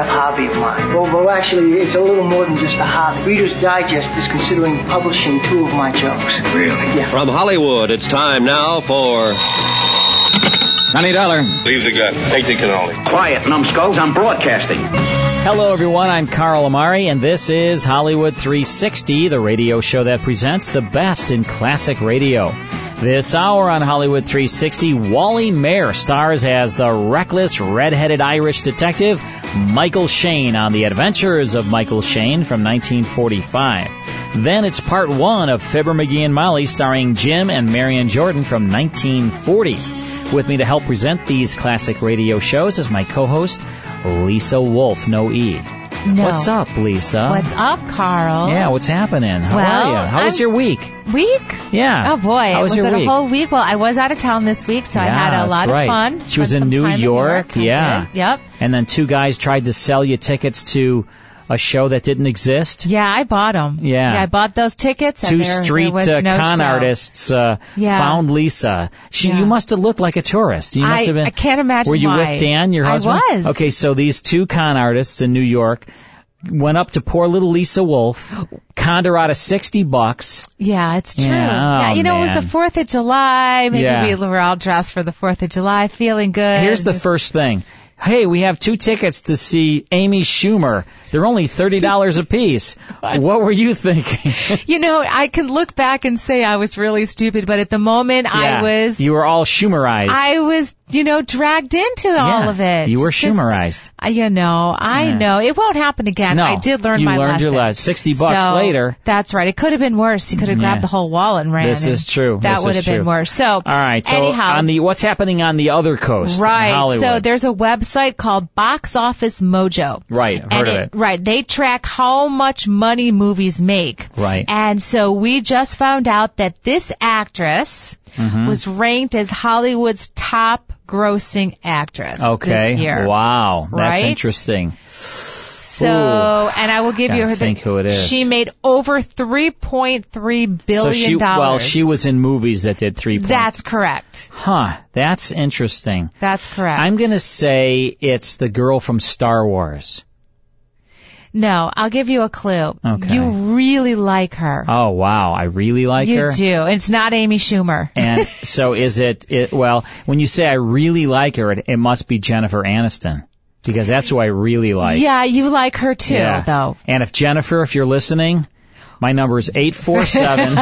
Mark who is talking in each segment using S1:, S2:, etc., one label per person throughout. S1: of hobby of mine. Well, well, actually, it's a little more than just a hobby. Reader's Digest is considering publishing two of my jokes.
S2: Really?
S1: Yeah.
S3: From Hollywood, it's time now for. Johnny Dollar.
S4: Leave the gun. Take the cannoli.
S5: Quiet, numbskulls. I'm broadcasting.
S6: Hello, everyone. I'm Carl Amari, and this is Hollywood 360, the radio show that presents the best in classic radio. This hour on Hollywood 360, Wally Mayer stars as the reckless, red-headed Irish detective Michael Shane on the adventures of Michael Shane from 1945. Then it's part one of Fibber McGee and Molly starring Jim and Marion Jordan from 1940. With me to help present these classic radio shows is my co-host, Lisa Wolf, no E.
S7: No.
S6: What's up, Lisa?
S7: What's up, Carl?
S6: Yeah, what's happening? How
S7: Well,
S6: are you? How was
S7: I'm-
S6: your week?
S7: Week?
S6: Yeah.
S7: Oh boy,
S6: How was
S7: was
S6: your
S7: it
S6: week?
S7: a whole week? Well, I was out of town this week, so I
S6: Yeah,
S7: had a
S6: that's
S7: lot
S6: right.
S7: of fun.
S6: She was
S7: Spent some
S6: in New
S7: time
S6: York,
S7: I
S6: yeah.
S7: did. Yep.
S6: And then two guys tried to sell you tickets to a show that didn't exist.
S7: Yeah, I bought them.
S6: Yeah.
S7: I bought those tickets. and
S6: Two
S7: there- there
S6: street
S7: was
S6: uh,
S7: no
S6: con
S7: show.
S6: artists uh,
S7: Yeah.
S6: found Lisa. She,
S7: Yeah.
S6: you must have looked like a tourist. You
S7: I-
S6: must have been.
S7: I can't imagine
S6: Were you
S7: why.
S6: with Dan, your
S7: I
S6: husband?
S7: was.
S6: Okay, so these two con artists in New York went up to poor little Lisa Wolf, conned her out of sixty bucks.
S7: Yeah, it's true.
S6: Yeah, oh,
S7: you know, it
S6: man.
S7: was the Fourth of July. Maybe
S6: Yeah.
S7: we were all dressed for the Fourth of July, feeling good.
S6: Here's the first thing. Hey, we have two tickets to see Amy Schumer. They're only thirty dollars a piece. What were you thinking?
S7: you know, I can look back and say I was really stupid, but at the moment,
S6: Yeah.
S7: I was.
S6: You were all Schumerized.
S7: I was, you know, dragged into all of it.
S6: You were
S7: Just-
S6: Schumerized.
S7: I- You know, I know it won't happen again.
S6: No,
S7: I did learn
S6: you
S7: my
S6: learned
S7: lesson.
S6: your lesson. 60 bucks
S7: So,
S6: later.
S7: That's right. It could have been worse. You could have grabbed the whole wallet and ran.
S6: This
S7: and
S6: is true.
S7: That
S6: This
S7: would
S6: is
S7: have been
S6: true.
S7: worse. So,
S6: All right. So
S7: anyhow,
S6: on the what's happening on the other coast, in
S7: right.
S6: Hollywood.
S7: So there's a website called Box Office Mojo.
S6: Right, I've heard
S7: and
S6: of it.
S7: Right. They track how much money movies make.
S6: Right.
S7: And so we just found out that this actress
S6: Hmm. Mm-hmm.
S7: was ranked as Hollywood's top grossing actress
S6: okay.
S7: this year.
S6: Wow, that's
S7: Right?
S6: interesting.
S7: So,
S6: Ooh.
S7: and I will give you
S6: Gotta
S7: her
S6: think who it is.
S7: She made over 3.3 billion
S6: So she
S7: dollars.
S6: well, she was in movies that did three. point-
S7: That's correct.
S6: huh. That's interesting.
S7: That's correct.
S6: I'm gonna say it's the girl from Star Wars.
S7: No, I'll give you a clue.
S6: Okay.
S7: You really like her.
S6: Oh wow, I really like
S7: you
S6: her.
S7: do. It's not Amy Schumer.
S6: And so is it, it? Well, when you say I really like her, it, it must be Jennifer Aniston because that's who I really like.
S7: yeah, you like her too, though.
S6: And if Jennifer, if you're listening, my number is 847.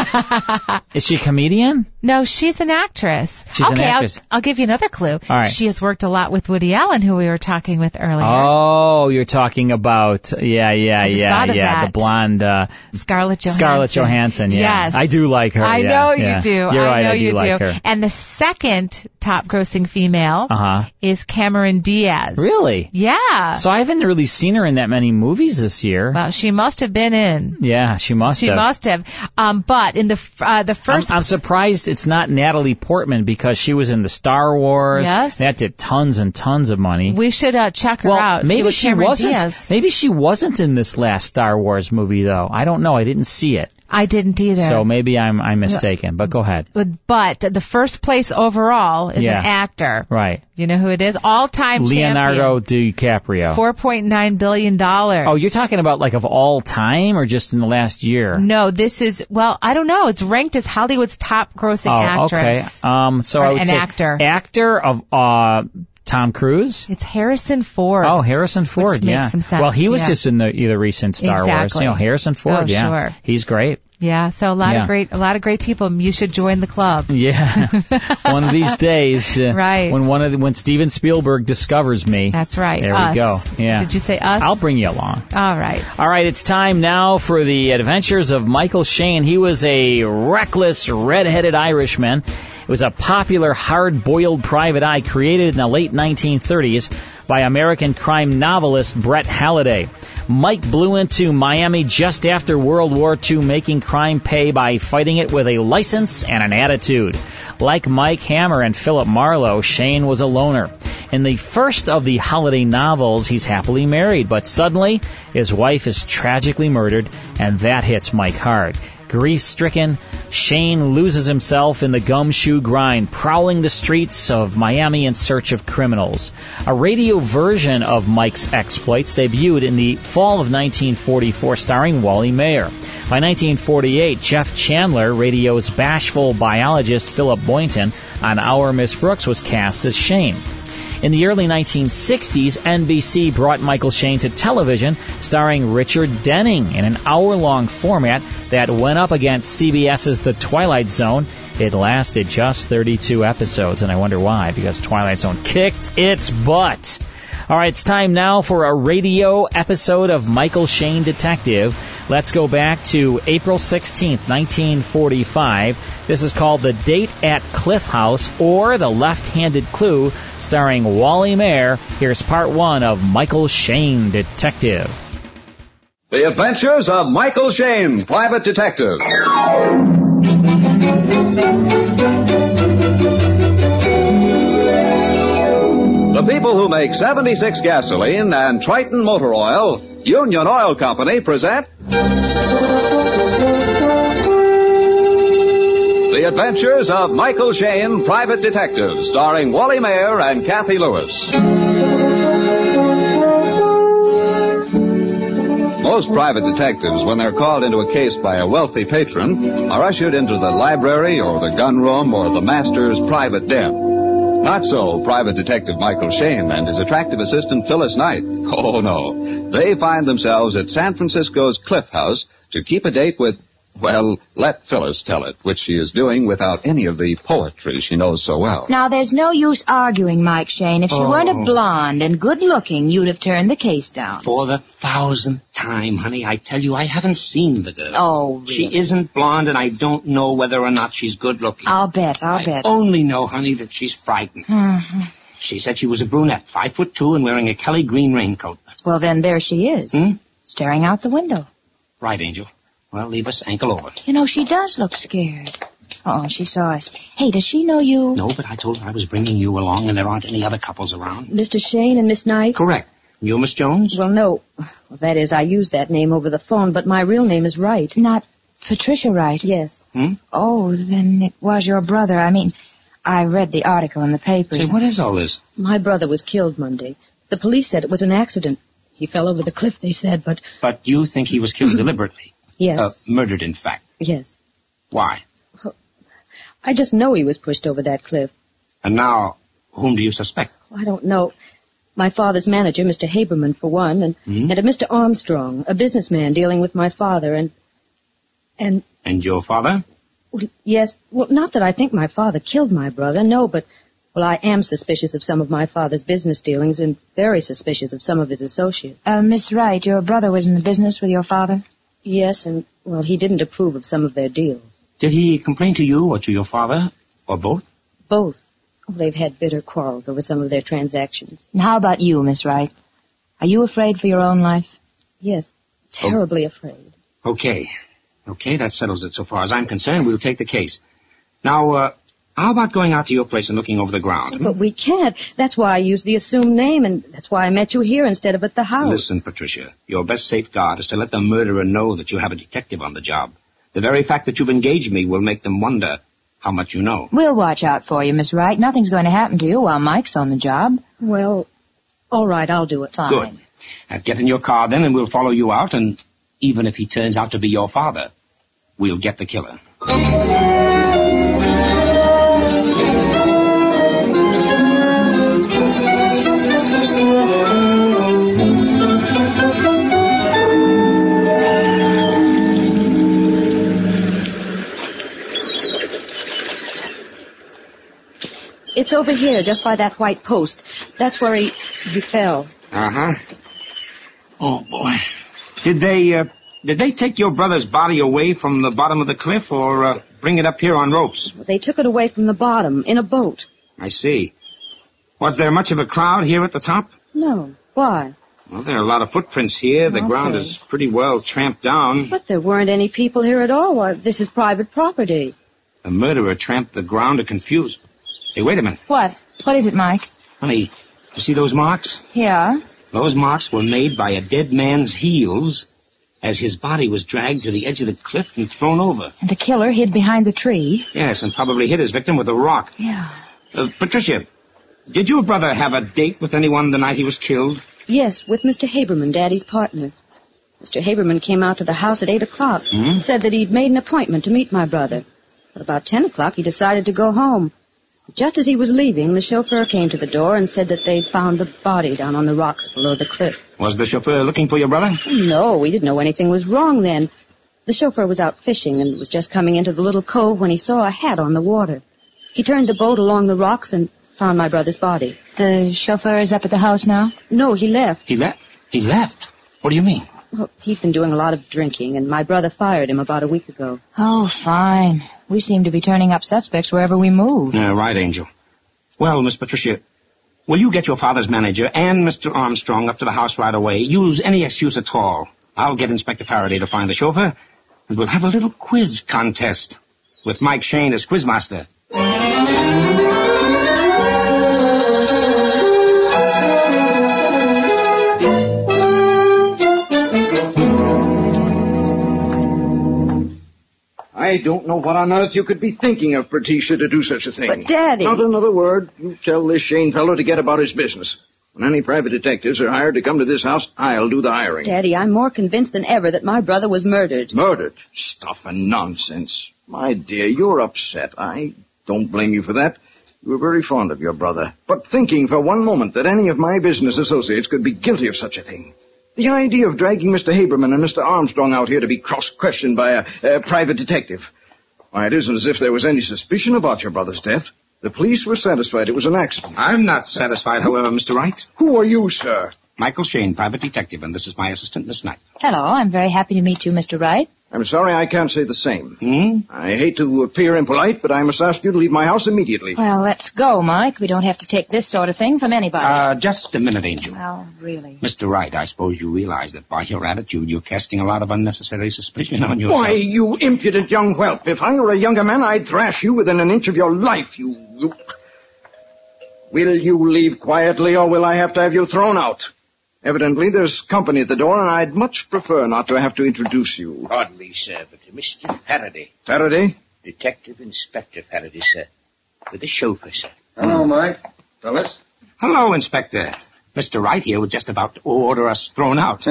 S6: is she a comedian?
S7: No, she's an actress.
S6: She's an
S7: okay,
S6: actress.
S7: I'll, I'll give you another clue.
S6: All right.
S7: She has worked a lot with Woody Allen, who we were talking with earlier.
S6: Oh, you're talking about, yeah, yeah,
S7: just
S6: yeah,
S7: thought of
S6: yeah,
S7: that.
S6: the blonde, uh,
S7: Scarlett Johansson.
S6: Scarlett Johansson, yeah.
S7: Yes.
S6: I do like her,
S7: I
S6: yeah,
S7: know
S6: yeah.
S7: you do.
S6: You're
S7: I
S6: right,
S7: know
S6: I do
S7: you
S6: like her.
S7: And the second top grossing female
S6: uh-huh.
S7: is Cameron Diaz.
S6: Really?
S7: Yeah.
S6: So I haven't really seen her in that many movies this year.
S7: well, she must have been in.
S6: yeah, she must
S7: She
S6: have.
S7: must have. Um, but in the f- uh, the
S6: I'm,
S7: 1st
S6: I'm surprised it's not Natalie Portman because she was in the Star Wars.
S7: Yes.
S6: That did tons and tons of money.
S7: we should uh, check her
S6: well,
S7: out. see
S6: maybe
S7: what
S6: she
S7: Cameron
S6: wasn't.
S7: Diaz-
S6: Maybe she wasn't in this last Star Wars movie though. I don't know. I didn't see it,
S7: I didn't either.
S6: so maybe I'm I'm mistaken. But go ahead.
S7: But- but the first place overall is
S6: Yeah.
S7: an actor.
S6: Right,
S7: You know who it is? All time
S6: Leonardo DiCaprio.
S7: Four point nine billion dollars.
S6: oh, you're talking about like of all time or just in the last year?
S7: No, this is well, I don't know. It's ranked as Hollywood's top grossing
S6: oh,
S7: actress.
S6: okay. Um, so
S7: Or
S6: I would
S7: an
S6: say
S7: actor.
S6: actor of uh Tom Cruise.
S7: It's Harrison Ford.
S6: Oh, Harrison Ford.
S7: makes
S6: yeah.
S7: some sense,
S6: Well, he was
S7: yeah.
S6: just in the, the recent Star Wars.
S7: Exactly.
S6: You know, Harrison Ford.
S7: Oh,
S6: yeah.
S7: sure.
S6: He's great.
S7: Yeah, so a lot
S6: Yeah.
S7: of great, a lot of great people. You should join the club.
S6: Yeah, one of these days, uh,
S7: Right.
S6: When one of the, when Steven Spielberg discovers me,
S7: That's right.
S6: There
S7: us.
S6: we go. Yeah.
S7: Did you say us?
S6: I'll bring you along.
S7: All right.
S6: All right, it's time now for the adventures of Michael Shane. He was a reckless, red-headed Irishman. It was a popular, hard-boiled private eye created in the late 1930s by American crime novelist Brett Halliday. Mike blew into Miami just after World War II, making crime pay by fighting it with a license and an attitude. Like Mike Hammer and Philip Marlowe, Shane was a loner. In the first of the holiday novels, he's happily married, but suddenly his wife is tragically murdered, and that hits Mike hard. Grief stricken, Shane loses himself in the gumshoe grind, prowling the streets of Miami in search of criminals. A radio version of Mike's exploits debuted in the fall of 1944, starring Wally Mayer. By 1948, Jeff Chandler, radio's bashful biologist Philip Boynton, on Our Miss Brooks, was cast as Shane. In the early 1960s, NBC brought Michael Shane to television, starring Richard Denning in an hour long format that went up against CBS's The Twilight Zone. It lasted just 32 episodes, and I wonder why, because Twilight Zone kicked its butt. All right, it's time now for a radio episode of Michael Shane Detective. Let's go back to April 16th, 1945. This is called The Date at Cliff House or The Left Handed Clue, starring Wally Mayer. Here's part one of Michael Shane Detective.
S8: The Adventures of Michael Shane, Private Detective. The people who make 76 gasoline and Triton motor oil, Union Oil Company, present The Adventures of Michael Shane, Private Detective, starring Wally Mayer and Kathy Lewis. Most private detectives, when they're called into a case by a wealthy patron, are ushered into the library or the gun room or the master's private den. Not so private detective Michael Shane and his attractive assistant Phyllis Knight. Oh no. They find themselves at San Francisco's Cliff House to keep a date with, well, let Phyllis tell it, which she is doing without any of the poetry she knows so well.
S9: Now, there's no use arguing, Mike Shane. If she
S8: Oh.
S9: weren't a blonde and good looking, youuld have turned the case down.
S10: For the thousandth time, honey, I tell you, I haven't seen the girl.
S9: Oh, really?
S10: She isn't blonde, and I don't know whether or not she's good looking.
S9: I'll bet, I'll
S10: I oh.
S9: bet.
S10: only know, honey, that she's frightened.
S9: Mhm.
S10: She said she was a brunette, five foot two, and wearing a Kelly green raincoat.
S9: Well, then there she is,
S10: Hmm?
S9: staring out the window.
S10: Right, Angel. Well, leave us ankle over.
S9: You know, she does look scared. Oh, she saw us. Hey, does she know you?
S10: No, but I told her I was bringing you along, and there aren't any other couples around.
S11: Mr. Shane and Miss Knight?
S10: Correct. You, Miss Jones?
S11: Well, no. Well, that is, I used that name over the phone, but my real name is Wright.
S9: Not Patricia Wright?
S11: Yes.
S10: Hmm?
S9: Oh, then it was your brother. I mean, I read the article in the papers.
S10: Say, what is all this?
S11: My brother was killed Monday. The police said it was an accident. He fell over the cliff, they said, but
S10: But you think he was killed deliberately?
S11: yes,
S10: Uh, murdered, in fact.
S11: yes.
S10: Why?
S11: I just know he was pushed over that cliff.
S10: And now, whom do you suspect?
S11: I don't know. My father's manager, Mr. Haberman, for one, and,
S10: Hmm?
S11: and a Mr. Armstrong, a businessman dealing with my father, and, and
S10: And your father?
S11: Well, yes. Well, not that I think my father killed my brother. No, but well, I am suspicious of some of my father's business dealings, and very suspicious of some of his associates.
S9: Uh, Miss Wright, your brother was in the business with your father?
S11: Yes, and well, he didn't approve of some of their deals.
S10: Did he complain to you or to your father? Or both?
S11: Both. Well, they've had bitter quarrels over some of their transactions.
S9: And how about you, Miss Wright? Are you afraid for your own life?
S11: Yes, terribly afraid.
S10: Okay. Okay, that settles it so far as I'm concerned. We'll take the case. Now, uh, how about going out to your place and looking over the ground?
S11: But we can't. That's why I used the assumed name, and that's why I met you here instead of at the house.
S10: Listen, Patricia, your best safeguard is to let the murderer know that you have a detective on the job. The very fact that you've engaged me will make them wonder how much you know.
S9: We'll watch out for you, Miss Wright. Nothing's going to happen to you while Mike's on the job.
S11: Well, all right, I'll do it. Fine.
S10: Good. Now get in your car then and we'll follow you out and even if he turns out to be your father, we'll get the killer.
S11: It's over here, just by that white post. That's where he, he fell.
S10: Uh huh. Oh boy. Did they uh, did they take your brother's body away from the bottom of the cliff, or uh, bring it up here on ropes?
S11: They took it away from the bottom in a boat.
S10: I see. Was there much of a crowd here at the top?
S11: No. Why?
S10: Well, there are a lot of footprints here. The
S11: I'll
S10: ground
S11: see.
S10: is pretty well tramped down.
S11: But there weren't any people here at all. Why, this is private property.
S10: The murderer tramped the ground to confuse. Hey, wait a minute,
S9: What? What is it, Mike?
S10: honey. You see those marks?
S9: Yeah.
S10: Those marks were made by a dead man's heels as his body was dragged to the edge of the cliff and thrown over.
S9: And the killer hid behind the tree.
S10: Yes, and probably hit his victim with a rock.
S9: Yeah.
S10: Uh, Patricia, did your brother have a date with anyone the night he was killed?
S11: Yes, with Mr. Haberman, Daddy's partner. Mr. Haberman came out to the house at 8 o'clock.
S10: Hmm?
S11: Said that he'd made an appointment to meet my brother. At about 10 o'clock, he decided to go home. Just as he was leaving, the chauffeur came to the door and said that they'd found the body down on the rocks below the cliff.
S10: Was the chauffeur looking for your brother?
S11: No, we didn't know anything was wrong then. The chauffeur was out fishing and was just coming into the little cove when he saw a hat on the water. He turned the boat along the rocks and found my brother's body.
S9: The chauffeur is up at the house now?
S11: No, he left.
S10: He left. He left. What do you mean?
S11: Well, he'd been doing a lot of drinking, and my brother fired him about a week ago.
S9: Oh, fine. We seem to be turning up suspects wherever we move.
S10: Yeah, Uh, right, Angel. Well, Miss Patricia, will you get your father's manager and Mr. Armstrong up to the house right away? Use any excuse at all. I'll get Inspector Faraday to find the chauffeur, and we'll have a little quiz contest with Mike Shane as quizmaster.
S12: I don't know what on earth you could be thinking of, Patricia, to do such a thing.
S11: But, Daddy-
S12: Not another word. You tell this Shane fellow to get about his business. When any private detectives are hired to come to this house, I'll do the hiring.
S11: Daddy, I'm more convinced than ever that my brother was murdered.
S12: Murdered? Stuff and nonsense. My dear, you're upset. I don't blame you for that. You were very fond of your brother. But thinking for one moment that any of my business associates could be guilty of such a thing. The idea of dragging Mr. Haberman and Mr. Armstrong out here to be cross-questioned by a, a private detective. Why, it isn't as if there was any suspicion about your brother's death. The police were satisfied it was an accident.
S10: I'm not satisfied, however, Mr. Wright.
S12: Who are you, sir?
S10: Michael Shane, private detective, and this is my assistant, Miss Knight.
S9: Hello, I'm very happy to meet you, Mr. Wright.
S12: I'm sorry I can't say the same.
S10: Hmm?
S12: I hate to appear impolite, but I must ask you to leave my house immediately.
S9: Well, let's go, Mike. We don't have to take this sort of thing from anybody.
S10: Uh, just a minute, Angel.
S9: well, really.
S10: Mr. Wright, I suppose you realize that by your attitude, you're casting a lot of unnecessary suspicion on yourself.
S12: Why, you impudent young whelp. If I were a younger man, I'd thrash you within an inch of your life, you, you... Will you leave quietly, or will I have to have you thrown out? Evidently, there's company at the door, and I'd much prefer not to have to introduce you.
S13: Pardon me, sir, but Mr. Faraday,
S12: Faraday?
S13: Detective Inspector Faraday, sir, with the chauffeur, sir.
S10: Hello, Mike. Phyllis. Hello, Inspector. Mr. Wright here was just about to order us thrown out.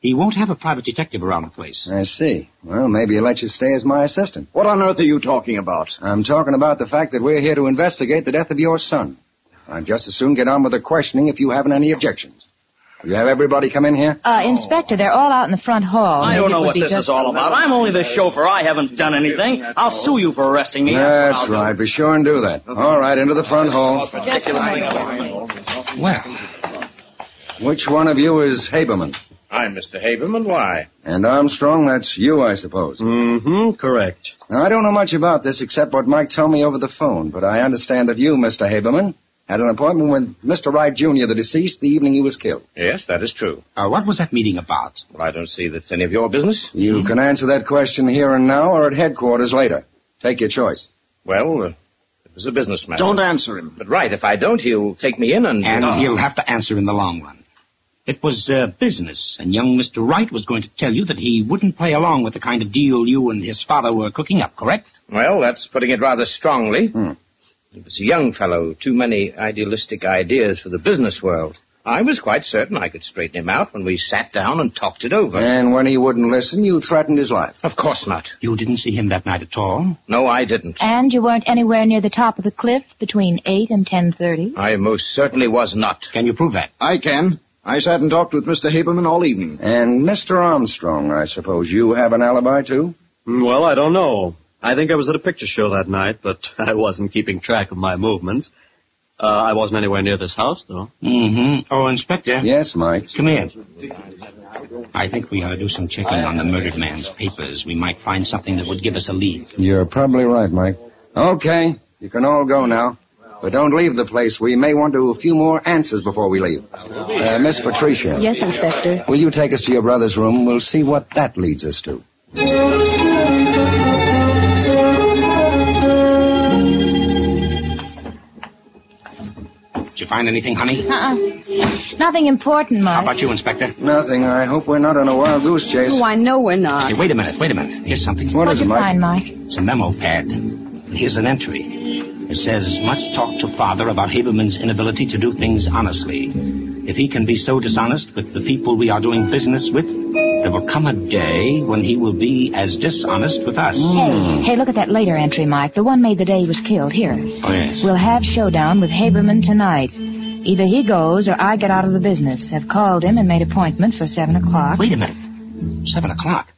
S10: he won't have a private detective around the place.
S14: I see. Well, maybe he'll let you stay as my assistant.
S12: What on earth are you talking about?
S14: I'm talking about the fact that we're here to investigate the death of your son. I'd just as soon get on with the questioning if you haven't any objections. Will you have everybody come in here?
S9: Uh, Inspector, they're all out in the front hall.
S15: I
S9: Maybe
S15: don't
S9: it
S15: know
S9: would
S15: what
S9: be
S15: this
S9: just-
S15: is all about. I'm only the chauffeur. I haven't done anything. I'll sue you for arresting me. That's
S14: That's
S15: what I'll
S14: right. Be sure and do that. All right, into the front hall.
S15: do. Ridiculous thing ever.
S14: Well. Which one of you is Haberman?
S12: I'm Mr. Haberman. Why?
S14: And Armstrong, that's you, I suppose. Mm-hmm, correct. Now, I don't know much about this except what Mike told me over the phone, but I understand that you, Mr. Haberman, had an appointment with Mr. Wright Jr., the deceased, the evening he was killed.
S2: Yes, that is true.
S10: Uh, what was that meeting about?
S2: Well, I don't see that's any of your business.
S14: You can answer that question here and now or at headquarters later. Take your choice.
S2: Well, uh, it was a business matter.
S12: Don't answer him.
S2: But right, if I don't, he'll take me in and... uh,
S10: And he'll have to answer in the long run. It was uh, business, and young Mr. Wright was going to tell you that he wouldn't play along with the kind of deal you and his father were cooking up, correct?
S2: Well, that's putting it rather strongly.
S14: Hmm.
S2: He was a young fellow, too many idealistic ideas for the business world. I was quite certain I could straighten him out when we sat down and talked it over.
S14: And when he wouldn't listen, you threatened his life.
S2: Of course not.
S10: You didn't see him that night at all?
S2: No, I didn't.
S9: And you weren't anywhere near the top of the cliff between 8 and 10.30?
S2: I most certainly was not.
S10: Can you prove that?
S12: I can. I sat and talked with Mr. Haberman all evening.
S14: And Mr. Armstrong, I suppose you have an alibi too?
S3: Mm, Well, I don't know. I think I was at a picture show that night, but I wasn't keeping track of my movements. Uh, I wasn't anywhere near this house, though.
S10: Mm-hmm. Oh, Inspector.
S14: Yes, Mike.
S10: Come here. I think we ought to do some checking on the murdered man's papers. We might find something that would give us a lead.
S14: You're probably right, Mike. Okay, you can all go now. But don't leave the place. We may want to a few more answers before we leave. Uh, Miss Patricia.
S11: Yes, Inspector.
S14: Will you take us to your brother's room? We'll see what that leads us to.
S10: Did you find anything, honey?
S11: Uh-uh. Nothing important, Mike.
S10: How about you, Inspector?
S14: Nothing. I hope we're not on a wild goose chase.
S11: Oh, I know we're not.
S10: Hey, wait a minute, wait a minute. Here's something.
S11: What'd you find, Mike?
S10: It's a memo pad. Here's an entry. It says, must talk to father about Haberman's inability to do things honestly. If he can be so dishonest with the people we are doing business with, there will come a day when he will be as dishonest with us. Hmm.
S9: Hey, hey, look at that later entry, Mike. The one made the day he was killed. Here.
S10: Oh, yes.
S9: We'll have showdown with Haberman tonight. Either he goes or I get out of the business. Have called him and made appointment for seven o'clock.
S10: Wait a minute. Seven o'clock.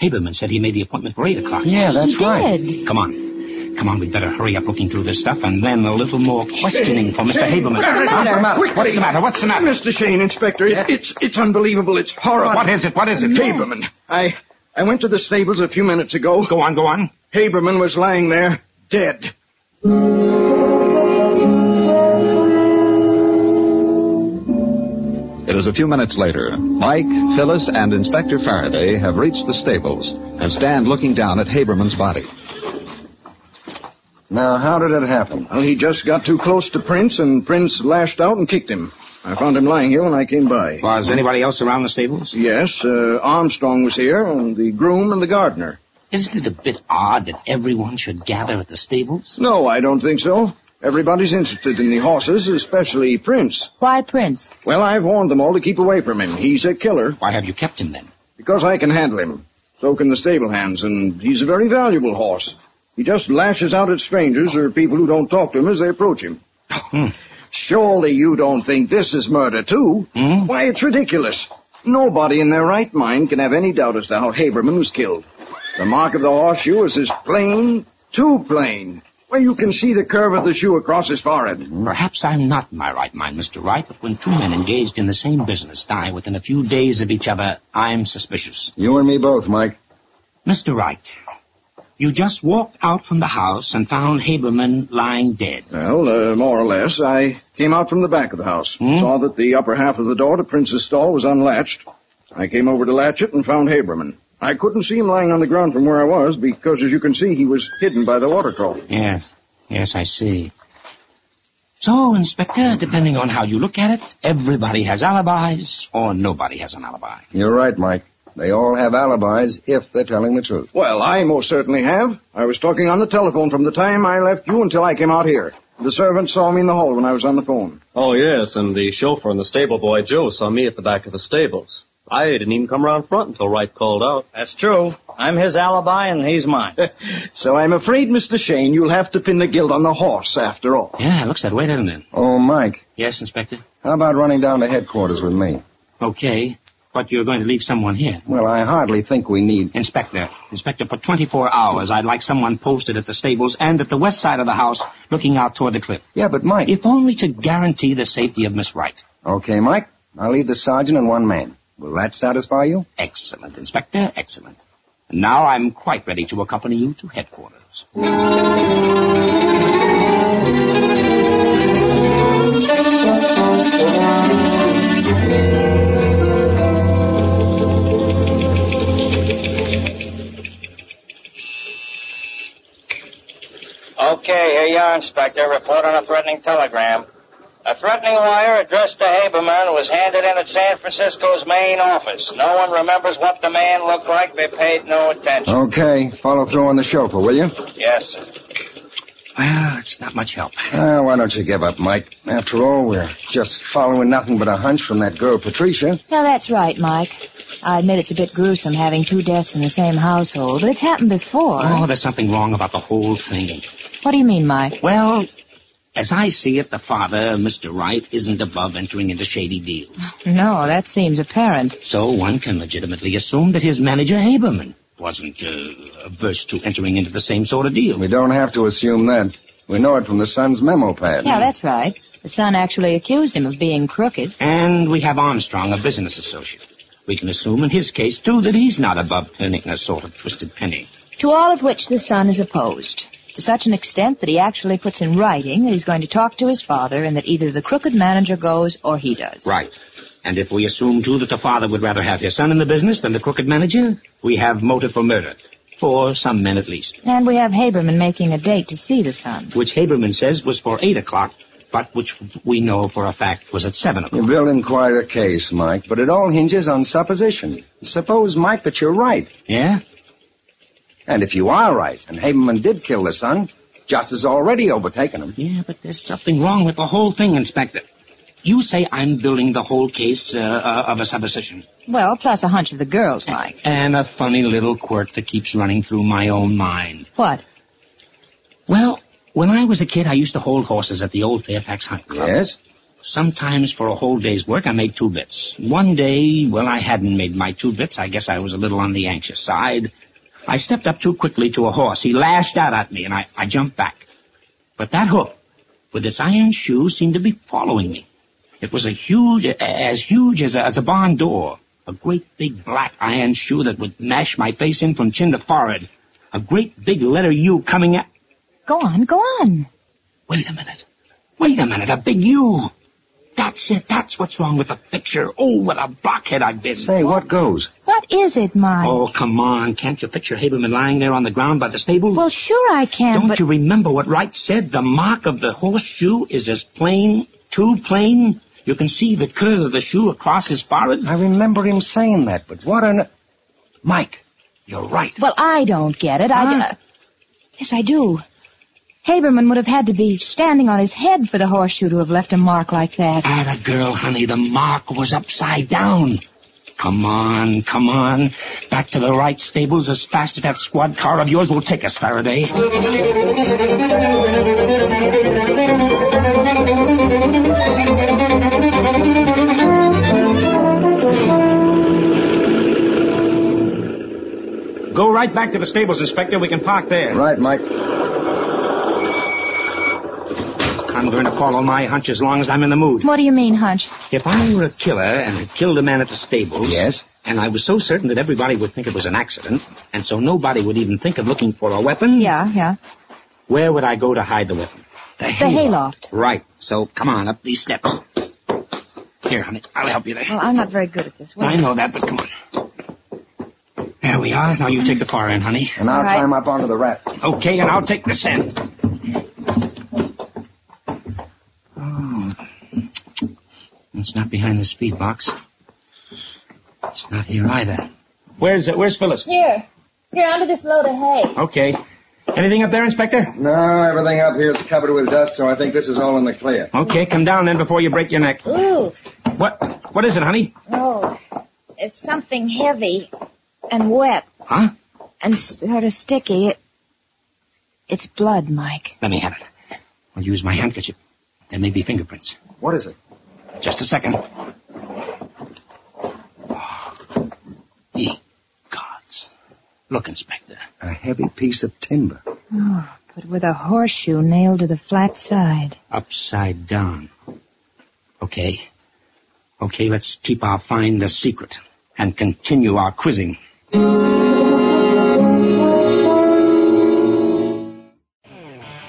S10: Haberman said he made the appointment for eight o'clock.
S14: Yeah, that's He right.
S10: Come on. Come on, we'd better hurry up looking through this stuff and then a little more questioning for Mr.
S12: Shane,
S10: Haberman.
S12: What's the matter? Quickly.
S10: What's the matter? What's the matter?
S12: Mr. Shane, Inspector, it, it's it's unbelievable. It's horrible.
S10: What is it? What is it?
S12: Haberman. I I went to the stables a few minutes ago.
S10: Go on, go on.
S12: Haberman was lying there, dead.
S8: It is a few minutes later. Mike, Phyllis, and Inspector Faraday have reached the stables and stand looking down at Haberman's body.
S14: Now, how did it happen?
S12: Well, he just got too close to Prince, and Prince lashed out and kicked him. I found him lying here when I came by.
S10: Was anybody else around the stables?
S12: Yes, uh, Armstrong was here, and the groom and the gardener.
S10: Isn't it a bit odd that everyone should gather at the stables?
S12: No, I don't think so. Everybody's interested in the horses, especially Prince.
S9: Why, Prince?
S12: Well, I've warned them all to keep away from him. He's a killer.
S10: Why have you kept him then?
S12: Because I can handle him. So can the stable hands, and he's a very valuable horse. He just lashes out at strangers or people who don't talk to him as they approach him. Surely you don't think this is murder, too? Why, it's ridiculous. Nobody in their right mind can have any doubt as to how Haberman was killed. The mark of the horseshoe is as plain, too plain. Where you can see the curve of the shoe across his forehead.
S10: Perhaps I'm not in my right mind, Mr. Wright, but when two men engaged in the same business die within a few days of each other, I'm suspicious.
S14: You and me both, Mike.
S10: Mr. Wright, you just walked out from the house and found Haberman lying dead.
S12: Well, uh, more or less, I came out from the back of the house, saw that the upper half of the door to Prince's stall was unlatched. I came over to latch it and found Haberman. I couldn't see him lying on the ground from where I was because, as you can see, he was hidden by the waterfall.
S10: Yes, yes, I see. So, Inspector, depending on how you look at it, everybody has alibis or nobody has an alibi.
S14: You're right, Mike. They all have alibis if they're telling the truth.
S12: Well, I most certainly have. I was talking on the telephone from the time I left you until I came out here. The servant saw me in the hall when I was on the phone.
S3: Oh, yes, and the chauffeur and the stable boy Joe saw me at the back of the stables. I didn't even come around front until Wright called out.
S15: That's true. I'm his alibi and he's mine.
S12: So I'm afraid, Mr. Shane, you'll have to pin the guilt on the horse after all.
S10: Yeah, it looks that way, doesn't it?
S14: Oh, Mike,
S10: Yes, Inspector?
S14: how about running down to headquarters with me?
S10: Okay. But you're going to leave someone here.
S14: Well, I hardly think we need.
S10: Inspector, Inspector, for 24 hours, I'd like someone posted at the stables and at the west side of the house looking out toward the cliff.
S14: Yeah, but Mike.
S10: If only to guarantee the safety of Miss Wright.
S14: Okay, Mike. I'll leave the sergeant and one man. Will that satisfy you?
S10: Excellent, Inspector, excellent. And now I'm quite ready to accompany you to headquarters.
S16: Okay, here you are, Inspector. Report on a threatening telegram. A threatening wire addressed to Haberman was handed in at San Francisco's main office. No one remembers what the man looked like. They paid no attention.
S14: Okay, follow through on the chauffeur, will you?
S16: Yes, sir.
S10: Well, it's not much help.
S14: Ah, why don't you give up, Mike? After all, we're just following nothing but a hunch from that girl, Patricia.
S9: Now that's right, Mike. I admit it's a bit gruesome having two deaths in the same household, but it's happened before.
S10: Oh, there's something wrong about the whole thing.
S9: What do you mean, Mike?
S10: Well, as I see it, the father, Mr. Wright, isn't above entering into shady deals.
S9: No, that seems apparent.
S10: So one can legitimately assume that his manager, Haberman, wasn't uh, averse to entering into the same sort of deal.
S14: We don't have to assume that. We know it from the Sun's memo pad.
S9: Yeah, that's right. The son actually accused him of being crooked.
S10: And we have Armstrong, a business associate. We can assume in his case, too, that he's not above earning a sort of twisted penny.
S9: To all of which the son is opposed. To such an extent that he actually puts in writing that he's going to talk to his father and that either the crooked manager goes or he does.
S10: Right. And if we assume, too, that the father would rather have his son in the business than the crooked manager, we have motive for murder. For some men at least.
S9: And we have Haberman making a date to see the son.
S10: Which Haberman says was for 8 o'clock, but which we know for a fact was at 7 o'clock.
S14: You're building quite a case, Mike, but it all hinges on supposition. Suppose, Mike, that you're right.
S10: Yeah?
S14: And if you are right, and Haberman did kill the son, Justice already overtaken him.
S10: Yeah, but there's something wrong with the whole thing, Inspector. You say I'm building the whole case uh, uh, of a supposition.
S9: Well, plus a hunch of the girl's, Mike.
S10: And a funny little quirk that keeps running through my own mind.
S9: What?
S10: Well, when I was a kid, I used to hold horses at the old Fairfax Hunt Club.
S14: Yes?
S10: Sometimes for a whole day's work, I made two bits. One day, well, I hadn't made my two bits. I guess I was a little on the anxious side. I stepped up too quickly to a horse. He lashed out at me, and I, I jumped back. But that hook, with its iron shoe, seemed to be following me. It was a huge, a- as huge as a, as a barn door. A great big black iron shoe that would mash my face in from chin to forehead. A great big letter U coming at...
S9: Go on, go on.
S10: Wait a minute. Wait a minute, a big U. That's it. That's what's wrong with the picture. Oh, what a blockhead I've been.
S14: Say, what goes?
S9: What is it, Mike?
S10: Oh, come on. Can't you picture Haberman lying there on the ground by the stable?
S9: Well, sure I can,
S10: Don't
S9: but
S10: you remember what Wright said? The mark of the horseshoe is as plain, too plain. You can see the curve of the shoe across his forehead.
S14: I remember him saying that, but what on... Mike, you're right.
S9: well, I don't get it. I
S14: Huh?
S9: uh, yes, I do. Haberman would have had to be standing on his head for the horseshoe to have left a mark like that.
S10: Ah, the girl, honey, the mark was upside down. Come on, come on. Back to the Wright stables as fast as that squad car of yours will take us, Faraday. Go right back to the stables, Inspector. We can park there.
S14: Right, Mike.
S10: I'm going to follow my hunch as long as I'm in the mood.
S9: What do you mean, Hunch?
S10: If I were a killer and had killed a man at the stables.
S14: Yes?
S10: And I was so certain that everybody would think it was an accident, and so nobody would even think of looking for a weapon.
S9: Yeah, yeah.
S10: Where would I go to hide the weapon?
S9: The hayloft.
S10: Right. So come on, up these steps. Here, honey, I'll help you there.
S9: Well, I'm not very good at this.
S10: I know that, but come on. There we are. Now you take the far end, honey.
S14: And I'll
S9: All right.
S14: climb up onto the raft.
S10: Okay, and I'll take this end. Oh. It's not behind the speed box. It's not here either. Where's uh, Where's Phyllis?
S17: Here. Here, under this load of hay.
S10: Okay. Anything up there, Inspector?
S14: No, everything up here is covered with dust, so I think this is all in the clear.
S10: Okay, come down then before you break your neck.
S17: Ooh.
S10: What What is it, honey?
S17: Oh. It's something heavy and wet
S10: Huh?
S17: and sort of sticky. It,
S9: It's blood, Mike.
S10: Let me have it. I'll use my handkerchief. There may be fingerprints.
S14: What is it?
S10: Just a second. Oh, Ye gods. Look, Inspector.
S14: A heavy piece of timber.
S9: Oh, but with a horseshoe nailed to the flat side.
S10: Upside down. Okay. Okay, let's keep our find a secret and continue our quizzing.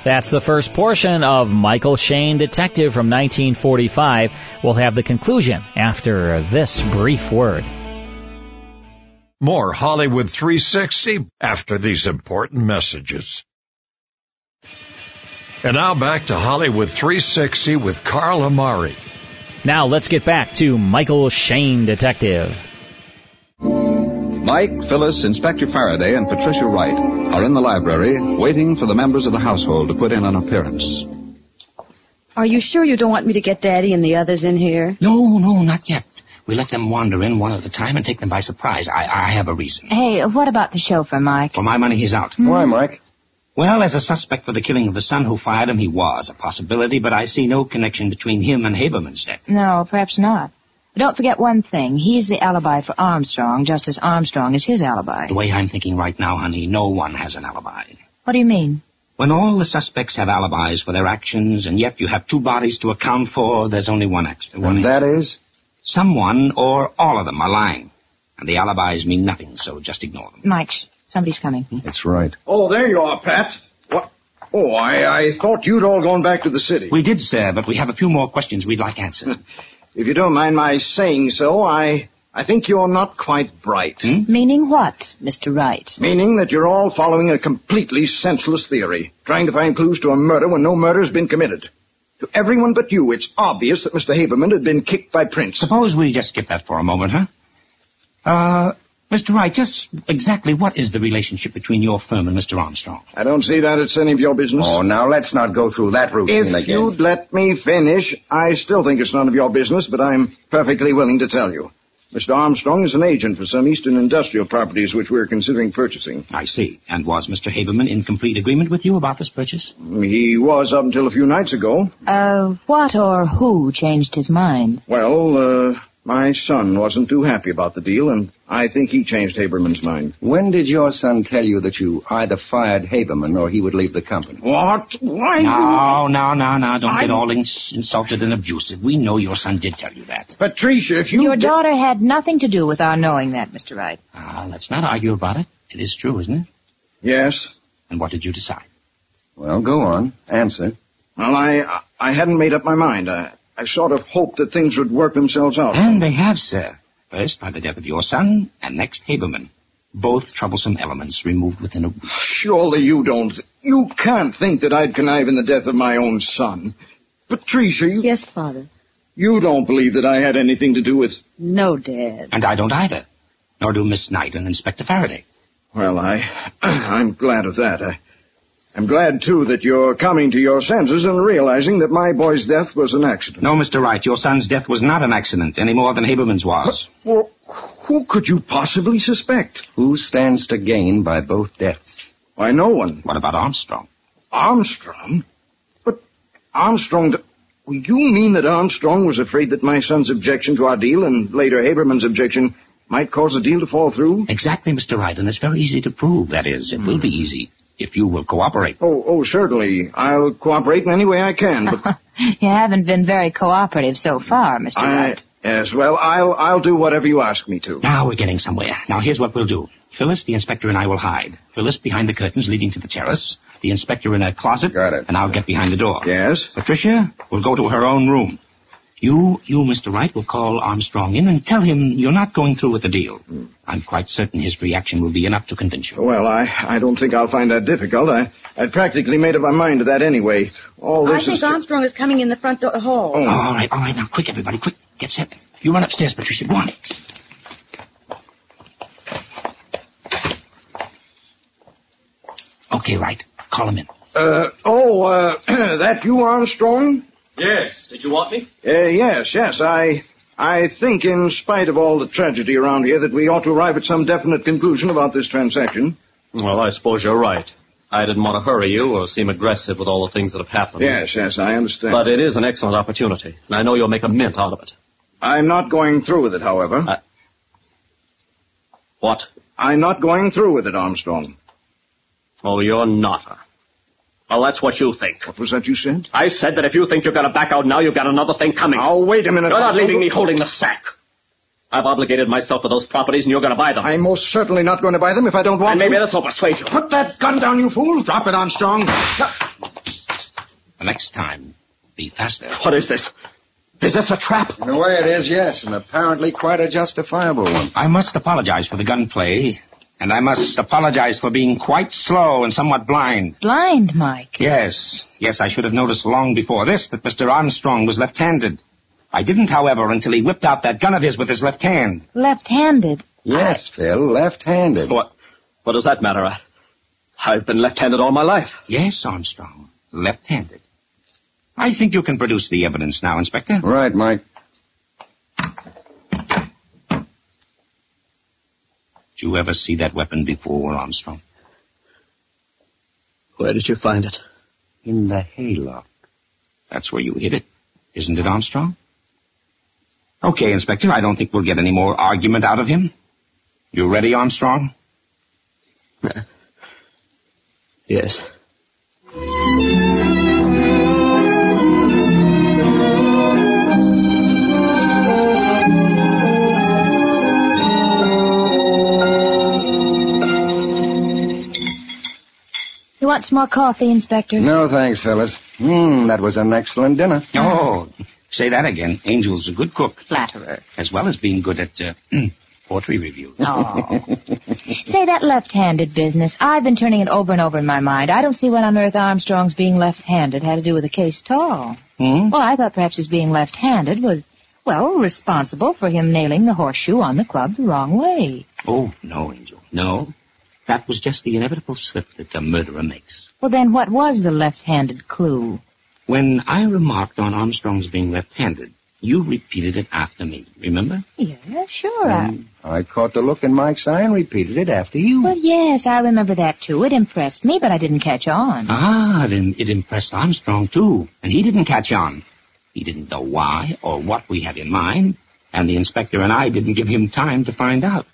S6: That's the first portion of Michael Shane Detective from 1945. We'll have the conclusion after this brief word.
S18: More Hollywood 360 after these important messages. And now back to Hollywood 360 with Carl Amari.
S6: Now let's get back to Michael Shane Detective.
S8: Mike, Phyllis, Inspector Faraday, and Patricia Wright are in the library waiting for the members of the household to put in an appearance.
S11: Are you sure you don't want me to get Daddy and the others in here?
S10: No, no, not yet. We let them wander in one at a time and take them by surprise. I, I have a reason.
S9: Hey, what about the chauffeur, Mike?
S10: For my money, he's out.
S14: Why, Mike?
S10: Well, as a suspect for the killing of the son who fired him, he was a possibility, but I see no connection between him and Haberman's death.
S9: No, perhaps not. But don't forget one thing. He's the alibi for Armstrong, just as Armstrong is his alibi.
S10: The way I'm thinking right now, honey, no one has an alibi.
S9: What do you mean?
S10: When all the suspects have alibis for their actions, and yet you have two bodies to account for, there's only one action. One
S14: And that is?
S10: Someone or all of them are lying. And the alibis mean nothing, so just ignore them.
S9: Mike, sh- somebody's coming.
S14: That's right.
S12: Oh, there you are, Pat. What? Oh, I, I thought you'd all gone back to the city.
S10: We did, sir, but we have a few more questions we'd like answered.
S12: If you don't mind my saying so, I, I think you're not quite bright.
S10: Hmm?
S9: Meaning what, Mr. Wright?
S12: Meaning that you're all following a completely senseless theory, trying to find clues to a murder when no murder has been committed. To everyone but you, it's obvious that Mr. Haberman had been kicked by Prince.
S10: Suppose we just skip that for a moment, huh? Uh, Mr. Wright, just exactly what is the relationship between your firm and Mr. Armstrong?
S12: I don't see that it's any of your business.
S14: Oh, now let's not go through that routine
S12: If
S14: again.
S12: you'd let me finish, I still think it's none of your business, but I'm perfectly willing to tell you. Mr. Armstrong is an agent for some eastern industrial properties which we're considering purchasing.
S10: I see. And was Mr. Haberman in complete agreement with you about this purchase?
S12: He was up until a few nights ago.
S9: Uh, what or who changed his mind?
S12: Well, uh, my son wasn't too happy about the deal, and I think he changed Haberman's mind.
S14: When did your son tell you that you either fired Haberman or he would leave the company?
S12: What? Why?
S10: No, no, no, no. Don't
S12: I'm-
S10: get all ins- insulted and abusive. We know your son did tell you that.
S12: Patricia, if
S9: Your daughter had nothing to do with our knowing that, Mr. Wright.
S10: Ah, let's not argue about it. It is true, isn't it?
S12: Yes.
S10: And what did you decide?
S14: Well, go on. Answer.
S12: Well, I I hadn't made up my mind. I, I sort of hoped that things would work themselves out.
S10: And they have, sir. First by the death of your son, and next Haberman. Both troublesome elements removed within a week.
S12: Surely you don't. You can't think that I'd connive in the death of my own son. Patricia, you.
S9: Yes, Father.
S12: You don't believe that I had anything to do with.
S9: No, Dad.
S10: And I don't either. Nor do Miss Knight and Inspector Faraday.
S12: Well, I. I'm glad of that. I, I'm glad, too, that you're coming to your senses and realizing that my boy's death was an accident.
S10: No, Mr. Wright, your son's death was not an accident any more than Haberman's was.
S12: Well, who could you possibly suspect?
S14: Who stands to gain by both deaths?
S12: Why, no one.
S10: What about Armstrong?
S12: Armstrong? But Armstrong. d- Well, You mean that Armstrong was afraid that my son's objection to our deal and later Haberman's objection might cause the deal to fall through?
S10: Exactly, Mr. Wright, and it's very easy to prove. That is, it will be easy if you will cooperate.
S12: Oh, oh, certainly. I'll cooperate in any way I can, but
S9: You haven't been very cooperative so far, Mr.
S12: I...
S9: Wright.
S12: Yes, well, I'll, I'll do whatever you ask me to.
S10: Now we're getting somewhere. Now here's what we'll do. Phyllis, the inspector, and I will hide. Phyllis behind the curtains leading to the terrace. The inspector in a closet. Got it. And I'll get behind the door.
S12: Yes?
S10: Patricia will go to her own room. You, you, Mr. Wright, will call Armstrong in and tell him you're not going through with the deal.
S12: Hmm.
S10: I'm quite certain his reaction will be enough to convince you.
S12: Well, I, I don't think I'll find that difficult. I, I'd practically made up my mind to that anyway. All
S11: I
S12: this
S11: think
S12: is...
S11: Armstrong is coming in the front door hall.
S12: Oh.
S10: All right, all right, now quick, everybody, quick. Get set. You run upstairs, Patricia. Go on. Okay, Wright. Call him in.
S12: Uh, oh, uh, that you, Armstrong?
S3: Yes. Did you want me?
S12: Uh, yes, yes, I... I think in spite of all the tragedy around here that we ought to arrive at some definite conclusion about this transaction.
S3: Well, I suppose you're right. I didn't want to hurry you or seem aggressive with all the things that have happened.
S12: Yes, yes, I understand.
S3: But it is an excellent opportunity, and I know you'll make a mint out of it.
S12: I'm not going through with it, however.
S3: What?
S12: I'm not going through with it, Armstrong.
S3: Oh, you're not. Well, that's what you think. What
S12: was that you said?
S3: I said that if you think you've got to back out now, you've got another thing coming.
S12: Oh, wait a minute.
S3: You're not
S12: Armstrong.
S3: leaving me holding the sack. I've obligated myself to those properties, and you're going to buy them.
S12: I'm most certainly not going to buy them if I don't want
S3: and maybe
S12: to.
S3: this will persuade you.
S12: Put that gun down, you fool!
S10: Drop it, Armstrong. The next time, be faster.
S3: What is this? Is this a trap?
S14: In a way it is, yes, and apparently quite a justifiable one.
S10: I must apologize for the gunplay, and I must apologize for being quite slow and somewhat blind.
S9: Blind, Mike.
S10: Yes, yes, I should have noticed long before this that Mr. Armstrong was left-handed. I didn't, however, until he whipped out that gun of his with his left hand.
S9: Left-handed.
S14: Yes, Phil, left-handed.
S3: What? What does that matter? I, I've been left-handed all my life.
S10: Yes, Armstrong, left-handed. I think you can produce the evidence now, Inspector.
S14: Right, Mike.
S10: Did you ever see that weapon before, Armstrong?
S3: Where did you find it?
S10: In the hayloft. That's where you hid it, isn't it, Armstrong? Okay, Inspector, I don't think we'll get any more argument out of him. You ready, Armstrong?
S3: Yes.
S9: You want some more coffee, Inspector?
S14: No, thanks, Phyllis. Mmm, that was an excellent dinner.
S10: Oh, say that again. Angel's a good cook,
S9: Flatterer.
S10: as well as being good at uh, poetry reviews.
S9: Oh. Say that left-handed business. I've been turning it over and over in my mind. I don't see what on earth Armstrong's being left-handed had to do with the case at all.
S10: Hmm?
S9: Well, I thought perhaps his being left-handed was, well, responsible for him nailing the horseshoe on the club the wrong way.
S10: Oh, no, Angel. No. That was just the inevitable slip that the murderer makes.
S9: Well, then what was the left-handed clue?
S10: When I remarked on Armstrong's being left-handed, you repeated it after me, remember?
S9: Yeah, sure. I...
S14: I caught the look in Mike's eye and repeated it after you.
S9: Well, yes, I remember that too. It impressed me, but I didn't catch on.
S10: Ah, then it impressed Armstrong too, and he didn't catch on. He didn't know why or what we had in mind, and the inspector and I didn't give him time to find out.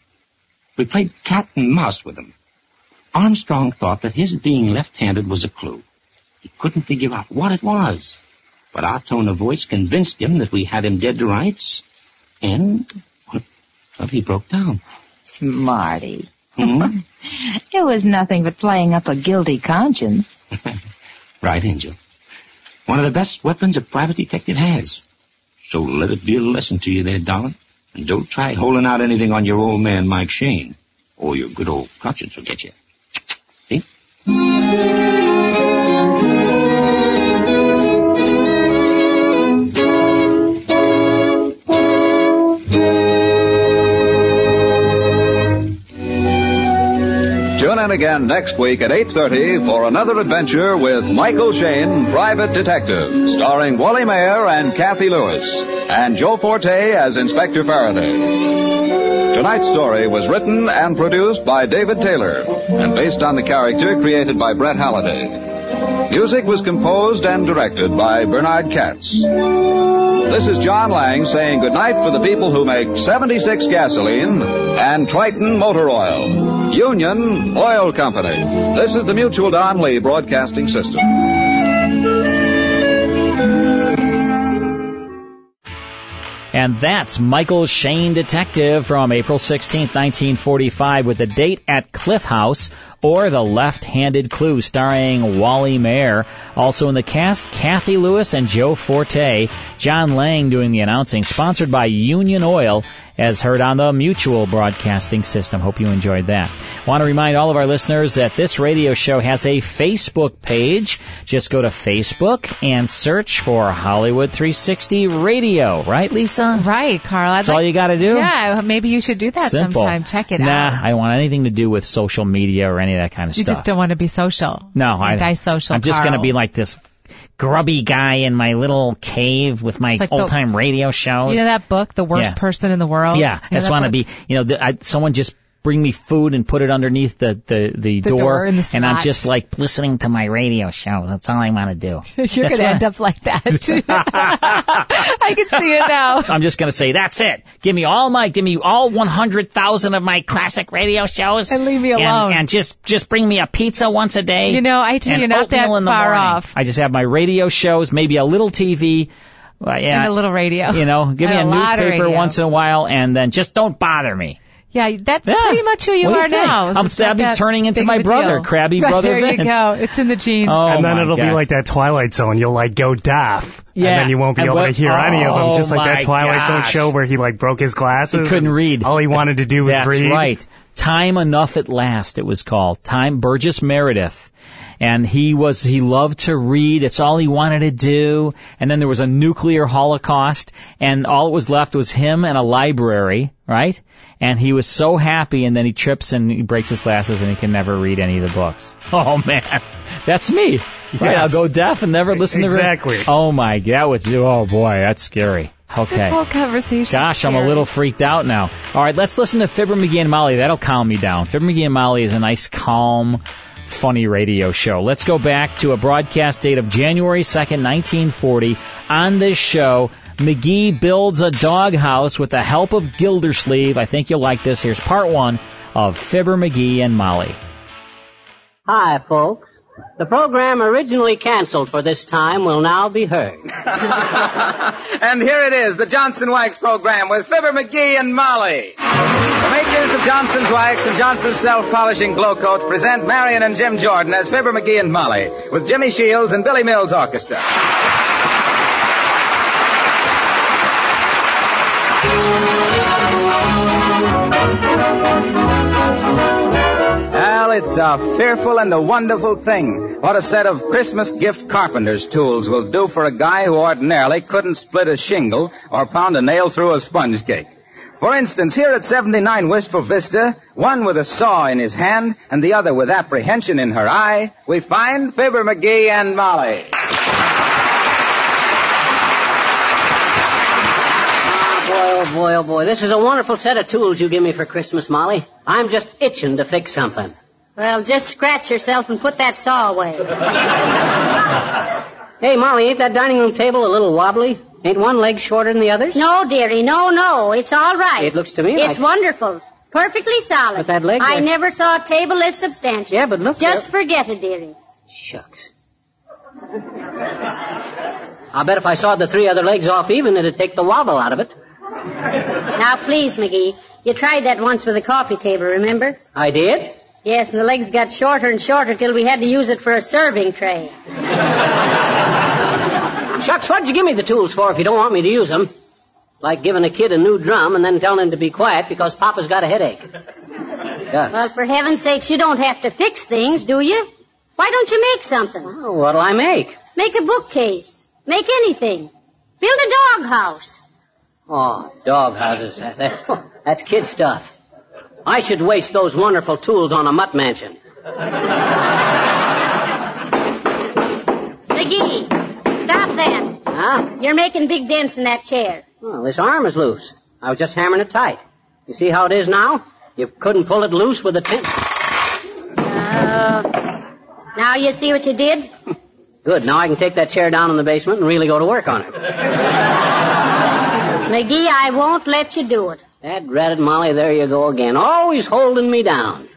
S10: We played cat and mouse with him. Armstrong thought that his being left-handed was a clue. He couldn't figure out what it was, but our tone of voice convinced him that we had him dead to rights, and well, well, he broke down.
S9: Smarty.
S10: Hmm?
S9: It was nothing but playing up a guilty conscience.
S10: right, Angel. One of the best weapons a private detective has. So let it be a lesson to you there, darling. And don't try holding out anything on your old man, Mike Shane. Or your good old conscience will get you.
S8: Tune in again next week at 8.30 for another adventure with Michael Shane, Private Detective, starring Wally Mayer and Kathy Lewis, and Joe Forte as Inspector Faraday. Tonight's story was written and produced by David Taylor and based on the character created by Brett Halliday. Music was composed and directed by Bernard Katz. This is John Lang saying goodnight for the people who make 76 gasoline and Triton motor oil. Union Oil Company. This is the Mutual Don Lee Broadcasting System.
S6: And that's Michael Shane Detective from April 16, 1945, with the date at Cliff House or The Left Handed Clue, starring Wally Mayer. Also in the cast, Kathy Lewis and Joe Forte. John Lang doing the announcing, sponsored by Union Oil, as heard on the Mutual Broadcasting System. Hope you enjoyed that. Want to remind all of our listeners that this radio show has a Facebook page. Just go to Facebook and search for Hollywood 360 Radio, right, Lisa?
S7: Right, Carl.
S6: That's all you got to do.
S7: Yeah, maybe you should do that
S6: Simple.
S7: sometime. Check it
S6: nah,
S7: out.
S6: I don't want anything to do with social media or any of that kind of
S7: You
S6: stuff.
S7: just don't want to be social.
S6: no, I,
S7: antisocial,
S6: I'm just gonna
S7: Carl.
S6: be like this grubby guy in my little cave with my
S7: Like the-
S6: old time radio shows.
S7: You know that book, The Worst
S6: Yeah.
S7: Person in the World?
S6: Yeah,
S7: You
S6: I just
S7: know
S6: want
S7: that
S6: to be, you know, the, I, someone just bring me food and put it underneath the the, the,
S7: The
S6: door,
S7: door and the
S6: and I'm
S7: slot.
S6: just like listening to my radio shows. That's all I want to do.
S7: book? You're
S6: That's
S7: going to
S6: what
S7: end
S6: I-
S7: up like that. too. I can see it now.
S6: I'm just gonna say that's it. Give me all my, give me all 100,000 of my classic radio shows, and leave me
S7: alone.
S6: And, just just bring me a pizza once a day.
S7: You know, I tell
S6: and
S7: you, not that
S6: oatmeal in the
S7: far
S6: morning.
S7: off.
S6: I just have my radio shows, maybe a little TV, uh, yeah,
S7: And a little radio.
S6: You know, give me a,
S7: And a lot of
S6: newspaper
S7: radio.
S6: once in a while, and then just don't bother me.
S7: Yeah, that's pretty much who you
S6: What do you
S7: are
S6: think?
S7: now.
S6: I'm-
S7: It's not
S6: I'll be
S7: that
S6: turning into
S7: big
S6: my
S7: of a
S6: brother,
S7: deal.
S6: crabby
S7: Right,
S6: brother
S7: There you
S6: Vince.
S7: go. It's in the genes.
S6: Oh,
S10: and then
S6: my
S10: it'll be
S6: gosh.
S10: like that Twilight Zone. You'll like go deaf,
S6: Yeah.
S10: and then you won't be
S6: And
S10: able
S6: what-
S10: to hear any of them.
S6: Oh,
S10: Just like
S6: my
S10: that Twilight
S6: gosh.
S10: Zone show where he like broke his glasses.
S6: He couldn't
S10: and
S6: read.
S10: All he wanted to do was
S6: That's
S10: read.
S6: right. Time enough at last. It was called Time Burgess Meredith. And he was, he loved to read. It's all he wanted to do. And then there was a nuclear holocaust and all that was left was him and a library, right? And he was so happy and then he trips and he breaks his glasses and he can never read any of the books. Oh man. That's me. Right. I'll
S10: Yes.
S6: go deaf and never listen
S10: Exactly.
S6: to Oh my God. That would do. Oh boy. That's scary. Okay.
S7: This whole conversation.
S6: Gosh, I'm a little freaked out now. All right, let's listen to Fibber McGee and Molly. That'll calm me down. Fibber McGee and Molly is a nice, calm, funny radio show. Let's go back to a broadcast date of January 2nd, 1940. On this show, McGee builds a doghouse with the help of Gildersleeve. I think you'll like this. Here's part one of Fibber McGee and Molly.
S19: Hi, folks. The program originally canceled for this time will now be heard.
S20: And here it is, the Johnson Wax program with Fibber McGee and Molly. The makers of Johnson's Wax and Johnson's Self-Polishing Glow Coat present Marion and Jim Jordan as Fibber McGee and Molly with Jimmy Shields and Billy Mills Orchestra. Well, it's a fearful and a wonderful thing what a set of Christmas gift carpenter's tools will do for a guy who ordinarily couldn't split a shingle or pound a nail through a sponge cake. For instance, here at 79 Wistful Vista, one with a saw in his hand and the other with apprehension in her eye, we find Fibber McGee and Molly.
S19: Oh boy, oh boy, this is a wonderful set of tools you give me for Christmas, Molly. I'm just itching to fix something.
S21: Well, just scratch yourself and put that saw away.
S19: Hey, Molly, ain't that dining room table a little wobbly? Ain't one leg shorter than the others?
S21: no, dearie, no, no. It's all right.
S19: It looks to me
S21: It's
S19: like-
S21: wonderful. Perfectly solid.
S19: But that leg
S21: I
S19: there-
S21: never saw a table this substantial.
S19: Yeah, but look,
S21: Just forget it, dearie.
S19: Shucks. I bet if I sawed the three other legs off even, it'd take the wobble out of it.
S21: Now, please, McGee. You tried that once with a coffee table, remember?
S19: I did?
S21: Yes, and the legs got shorter and shorter till we had to use it for a serving tray.
S19: Shucks, what'd you give me the tools for if you don't want me to use them? Like giving a kid a new drum and then telling him to be quiet because Papa's got a headache. Yes.
S21: Well, for heaven's sakes, you don't have to fix things, do you? Why don't you make something?
S19: Well, what'll I make?
S21: Make a bookcase. Make anything. Build a doghouse.
S19: Oh, dog houses. That- that- That's kid stuff. I should waste those wonderful tools on a mutt mansion.
S21: McGee, stop that.
S19: Huh?
S21: You're making big dents in that chair.
S19: Well, this arm is loose. I was just hammering it tight. You see how it is now? You couldn't pull it loose with a tin.
S21: Now you see what you did?
S19: Good. Now I can take that chair down in the basement and really go to work on it.
S21: McGee, I won't let you do it.
S19: That ratted Molly, there you go again. Always holding me down.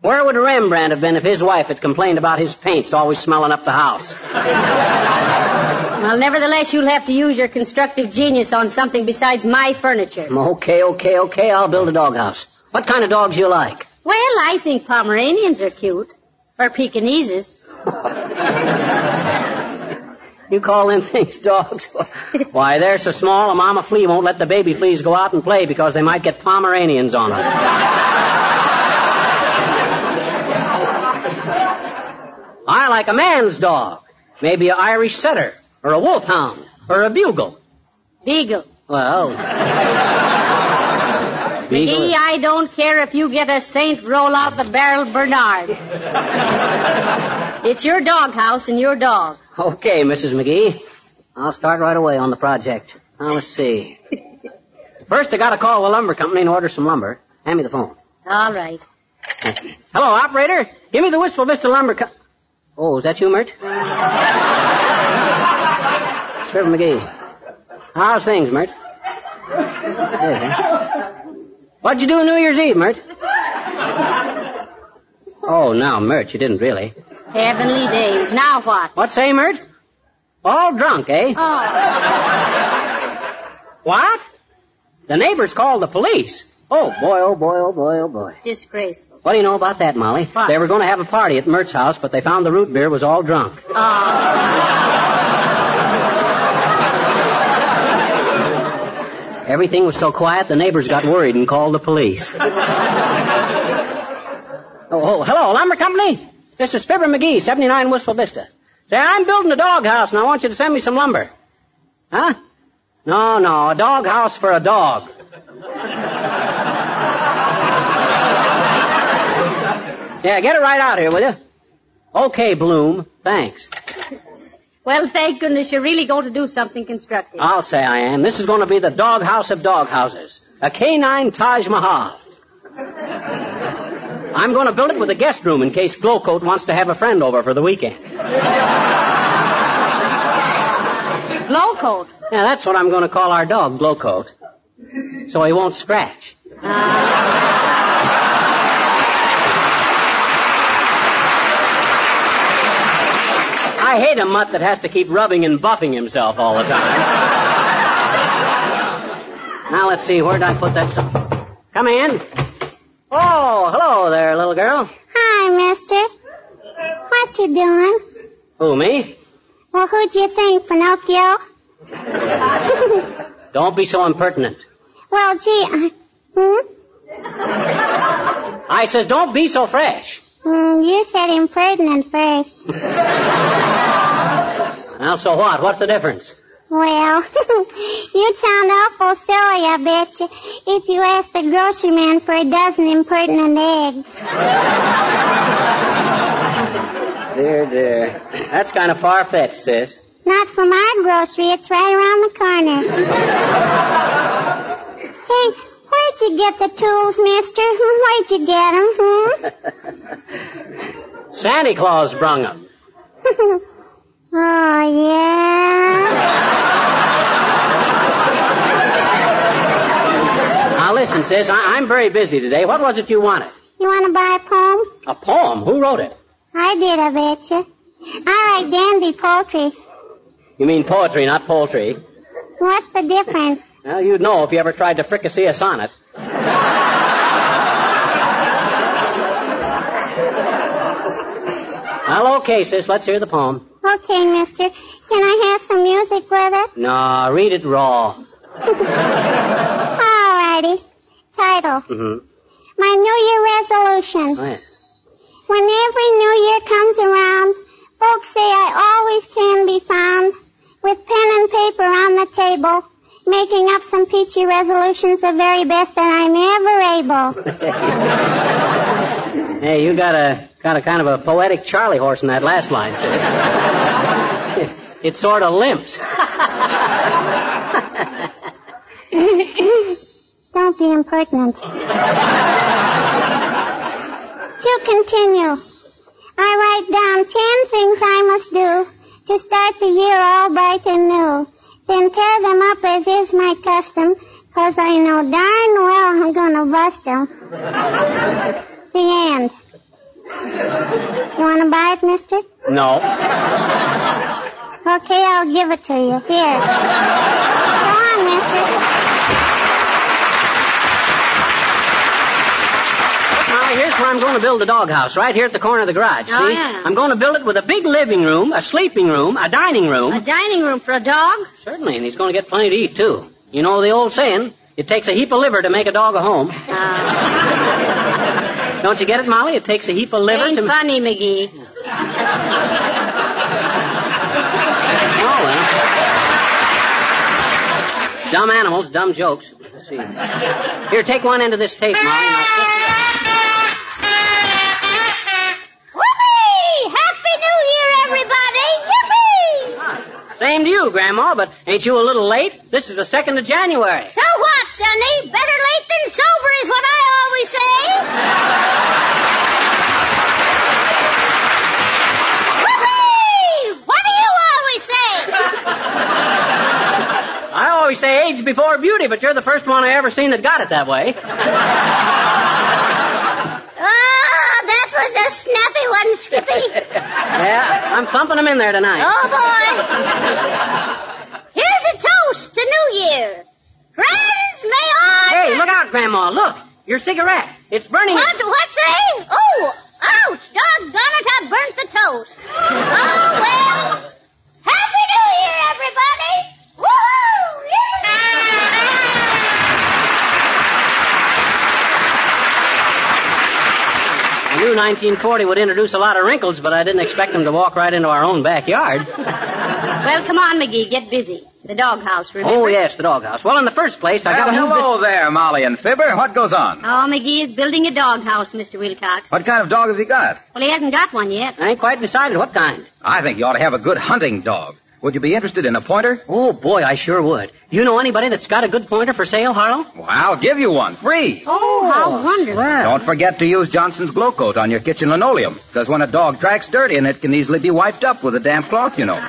S19: Where would Rembrandt have been if his wife had complained about his paints always smelling up the house?
S21: Well, nevertheless, you'll have to use your constructive genius on something besides my furniture.
S19: Okay, okay, okay, I'll build a doghouse. What kind of dogs you like?
S21: Well, I think Pomeranians are cute. Or Pekingeses.
S19: You call them things dogs? Why, they're so small a mama flea won't let the baby fleas go out and play because they might get Pomeranians on them. I like a man's dog. Maybe an Irish setter, or a wolfhound, or a bugle.
S21: Beagle.
S19: Well,
S21: McGee, I don't care if you get a Saint roll out the barrel Bernard. it's your doghouse and your dog.
S19: okay, Mrs. McGee. I'll start right away on the project. Now, let's see. First, I gotta call the lumber company and order some lumber. Hand me the phone.
S21: All right.
S19: Hello, operator. Give me the Wistful Vista Lumber Co- Oh, is that you, Mert? Trevor McGee. How's things, Mert? Good, huh? What'd you do on New Year's Eve, Mert? Oh, now, Mert, you didn't really.
S21: Heavenly days. Now what?
S19: What say, Mert? All drunk, eh? What? The neighbors called the police. Oh, boy, oh, boy, oh, boy, oh, boy.
S21: Disgraceful.
S19: What do you know about that, Molly? They were going to have a party at Mert's house, but they found the root beer was all drunk. Everything was so quiet, the neighbors got worried and called the police. oh, oh, hello, lumber company. This is Fibber McGee, 79 Wistful Vista. Say, I'm building a doghouse, and I want you to send me some lumber. Huh? No, no, a doghouse for a dog. yeah, get it right out here, will you? Okay, Bloom. Thanks.
S21: Well, thank goodness you're really going to do something constructive.
S19: I'll say I am. This is going to be the doghouse of doghouses. A canine Taj Mahal. I'm going to build it with a guest room in case Glowcoat wants to have a friend over for the weekend.
S21: Glowcoat.
S19: Yeah, that's what I'm going to call our dog, Glowcoat. So he won't scratch. I hate a mutt that has to keep rubbing and buffing himself all the time. now let's see, where'd I put that stuff? Come in. Oh, hello there, little girl.
S22: Hi, mister. What you doing?
S19: Who, me?
S22: Well, who'd you think, Pinocchio?
S19: Don't be so impertinent.
S22: well, gee, uh, hmm?
S19: I says, don't be so fresh.
S22: Mm, you said impertinent first.
S19: Now, so what? What's the difference?
S22: Well, you'd sound awful silly, I bet you, if you asked the grocery man for a dozen impertinent eggs.
S19: There, there. That's kind of far-fetched, sis.
S22: Not from our grocery, it's right around the corner. hey, where'd you get the tools, mister? Where'd you get 'em? hmm?
S19: Santa Claus brung 'em.
S22: hmm? oh,
S19: Now, listen, sis, I- I'm very busy today. What was it you wanted?
S22: yeah. You want to buy a poem?
S19: A poem. Who wrote it?
S22: I did, I bet you. I write dandy poetry.
S19: You mean poetry, not poultry.
S22: What's the difference?
S19: Well, you'd know if you ever tried to fricassee a sonnet. well, okay, sis, let's hear the poem.
S22: Okay, mister. Can I have some music with it?
S19: No, read it raw.
S22: Alrighty. Title.
S19: Mm-hmm.
S22: My New Year resolution.
S19: Right.
S22: When every New Year comes around, folks say I always can be found with pen and paper on the table, making up some peachy resolutions the very best that I'm ever able.
S19: Hey, you got a got a kind of a poetic Charlie horse in that last line, sis. it sort of limps.
S22: Don't be impertinent. to continue, I write down ten things I must do to start the year all bright and new. Then tear them up as is my custom, 'cause I know darn well I'm gonna bust them. the end. You wanna buy it, mister?
S19: No.
S22: Okay, I'll give it to you. Here. Go on, mister.
S19: Now, here's where I'm going to build a doghouse, right here at the corner of the garage.
S21: Oh,
S19: see?
S21: yeah.
S19: I'm going to build it with a big living room, a sleeping room, a dining room.
S21: A dining room for a dog?
S19: Certainly, and he's going to get plenty to eat, too. You know the old saying, it takes a heap of liver to make a dog a home. Don't you get it, Molly? It takes a heap of liver
S21: Ah. Ain't
S19: to...
S21: funny, McGee.
S19: Oh, Dumb animals, dumb jokes. Let's see. Here, take one end of this tape, Molly.
S22: Whoopee! Happy New Year, everybody! Yippee!
S19: Same to you, Grandma, but ain't you a little late? This is the 2nd of January.
S22: So what, Sonny? Better late than sober is what I always say. Whoopee! What do you always say?
S19: I always say age before beauty, but you're the first one I ever seen that got it that way.
S22: Ah, that was a snappy one, Skippy.
S19: Yeah, I'm thumping them in there tonight.
S22: Oh, boy. Here's a toast to New Year. Friends, may all...
S19: Hey, look out, Grandma. Look. Your cigarette. It's burning.
S22: What, what's that? Oh, ouch. Doggone it, I burnt the toast. Oh, well. Happy New Year, everybody. Woo-hoo!
S19: I knew 1940 would introduce a lot of wrinkles, but I didn't expect them to walk right into our own backyard.
S21: Well, come on, McGee, get busy. The doghouse, remember?
S19: Oh, yes, the doghouse. Well, in the first place, I
S20: Well,
S19: gotta move
S20: hello there, Molly and Fibber. What goes on?
S21: Oh, McGee is building a doghouse, Mr. Wilcox.
S20: What kind of dog have you got?
S21: Well, he hasn't got one yet.
S19: I ain't quite decided what kind.
S20: I think you ought to have a good hunting dog. Would you be interested in a pointer?
S19: Oh, boy, I sure would. You know anybody that's got a good pointer for sale, Harlow?
S20: Well, I'll give you one, free.
S21: Oh, how wonderful.
S20: Don't forget to use Johnson's Glow Coat on your kitchen linoleum, because when a dog tracks dirt in, it can easily be wiped up with a damp cloth, you know.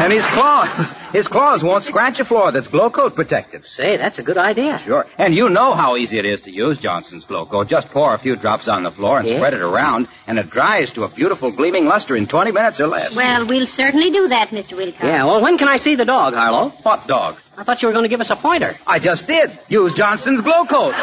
S20: And his claws, his claws won't scratch a floor that's glow coat protected.
S19: Say, that's a good idea.
S20: Sure. And you know how easy it is to use Johnson's glow coat. Just pour a few drops on the floor and
S21: Yeah.
S20: spread it around, and it dries to a beautiful gleaming luster in 20 minutes or less.
S21: Well, we'll certainly do that, Mr. Wilcox.
S20: Yeah,
S19: well, when can I see the dog, Harlow?
S20: What dog?
S19: I thought you were going to give us a pointer.
S20: I just did. Use Johnson's glow coat.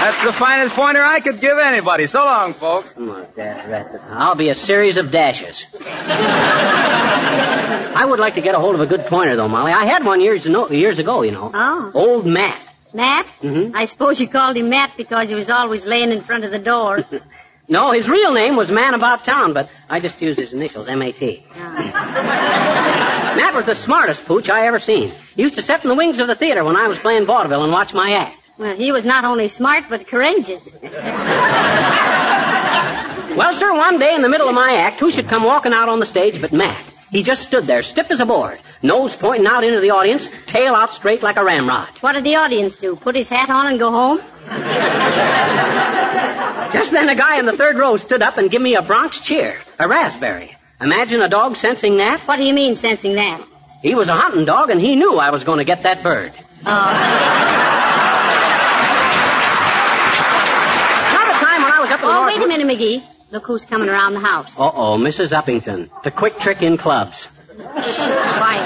S20: That's the finest pointer I could give anybody. So long, folks.
S19: I'll be a series of dashes. I would like to get a hold of a good pointer, though, Molly. I had one years, no, years ago, you know.
S21: Oh.
S19: Old Matt.
S21: Matt?
S19: Mhm.
S21: I suppose you called him Matt because he was always laying in front of the door.
S19: No, his real name was Man About Town, but I just used his initials, M.A.T. Matt was the smartest pooch I ever seen. He used to sit in the wings of the theater when I was playing vaudeville and watch my act.
S21: well, he was not only smart, but courageous.
S19: Well, sir, one day in the middle of my act, who should come walking out on the stage but Matt? He just stood there, stiff as a board, nose pointing out into the audience, tail out straight like a ramrod.
S21: What did the audience do? Put his hat on and go home?
S19: Just then, a guy in the third row stood up and gave me a Bronx cheer, a raspberry. Imagine a dog sensing that.
S21: What do you mean, sensing that?
S19: He was a hunting dog, and he knew I was going to get that bird. Another time when I was up in
S21: Oh,
S19: Lawrence-
S21: wait a minute, McGee. Look who's coming around the house.
S19: Uh-oh, Mrs. Uppington, the quick trick in clubs.
S21: Why?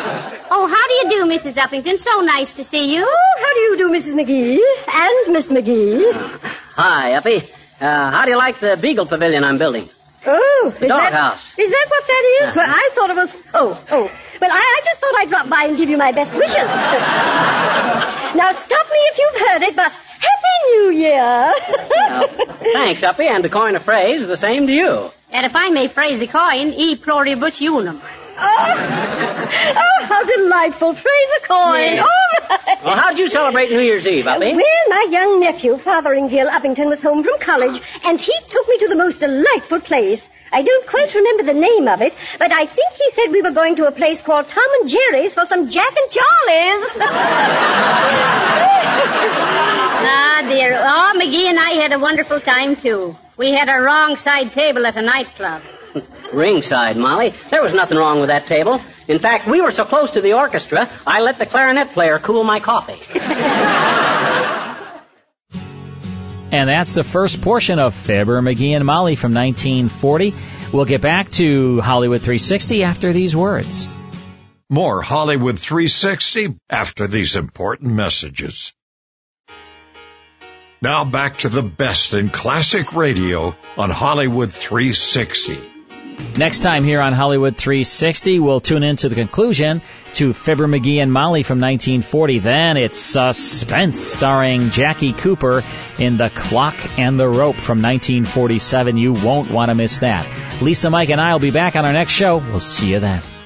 S21: Oh, how do you do, Mrs. Uppington? So nice to see you. How do you do, Mrs. McGee? And Miss McGee.
S19: Hi, Uppy. Uh, how do you like the Beagle Pavilion I'm building?
S23: Oh, is that,
S19: doghouse.
S23: is that what that is? Well, I thought it was. Oh, oh. Well, I, I just thought I'd drop by and give you my best wishes. now, stop me if you've heard it, but Happy New Year.
S19: Thanks, Uppy, and to coin a phrase, the same to you.
S21: And if I may phrase the coin, e pluribus unum.
S23: oh, how delightful. Praise a coin.
S19: Yeah.
S23: Oh, my.
S19: Well, how'd you celebrate New Year's Eve, Uppy?
S23: Well, my young nephew, Fotheringill Uppington, was home from college, and he took me to the most delightful place. I don't quite remember the name of it, but I think he said we were going to a place called Tom and Jerry's for some Jack and Charlie's.
S21: Ah, dear. Oh, McGee and I had a wonderful time, too. We had a wrong side table at a nightclub.
S19: Ringside, Molly. There was nothing wrong with that table. In fact, we were so close to the orchestra, I let the clarinet player cool my coffee.
S6: And that's the first portion of Fibber, McGee, and Molly from 1940. We'll get back to Hollywood 360 after these words.
S18: More Hollywood 360 after these important messages. Now back to the best in classic radio on Hollywood 360.
S6: Next time here on Hollywood 360, we'll tune in to the conclusion to Fibber, McGee, and Molly from 1940. Then it's Suspense, starring Jackie Cooper in The Clock and the Rope from 1947. You won't want to miss that. Lisa, Mike, and I will be back on our next show. We'll see you then.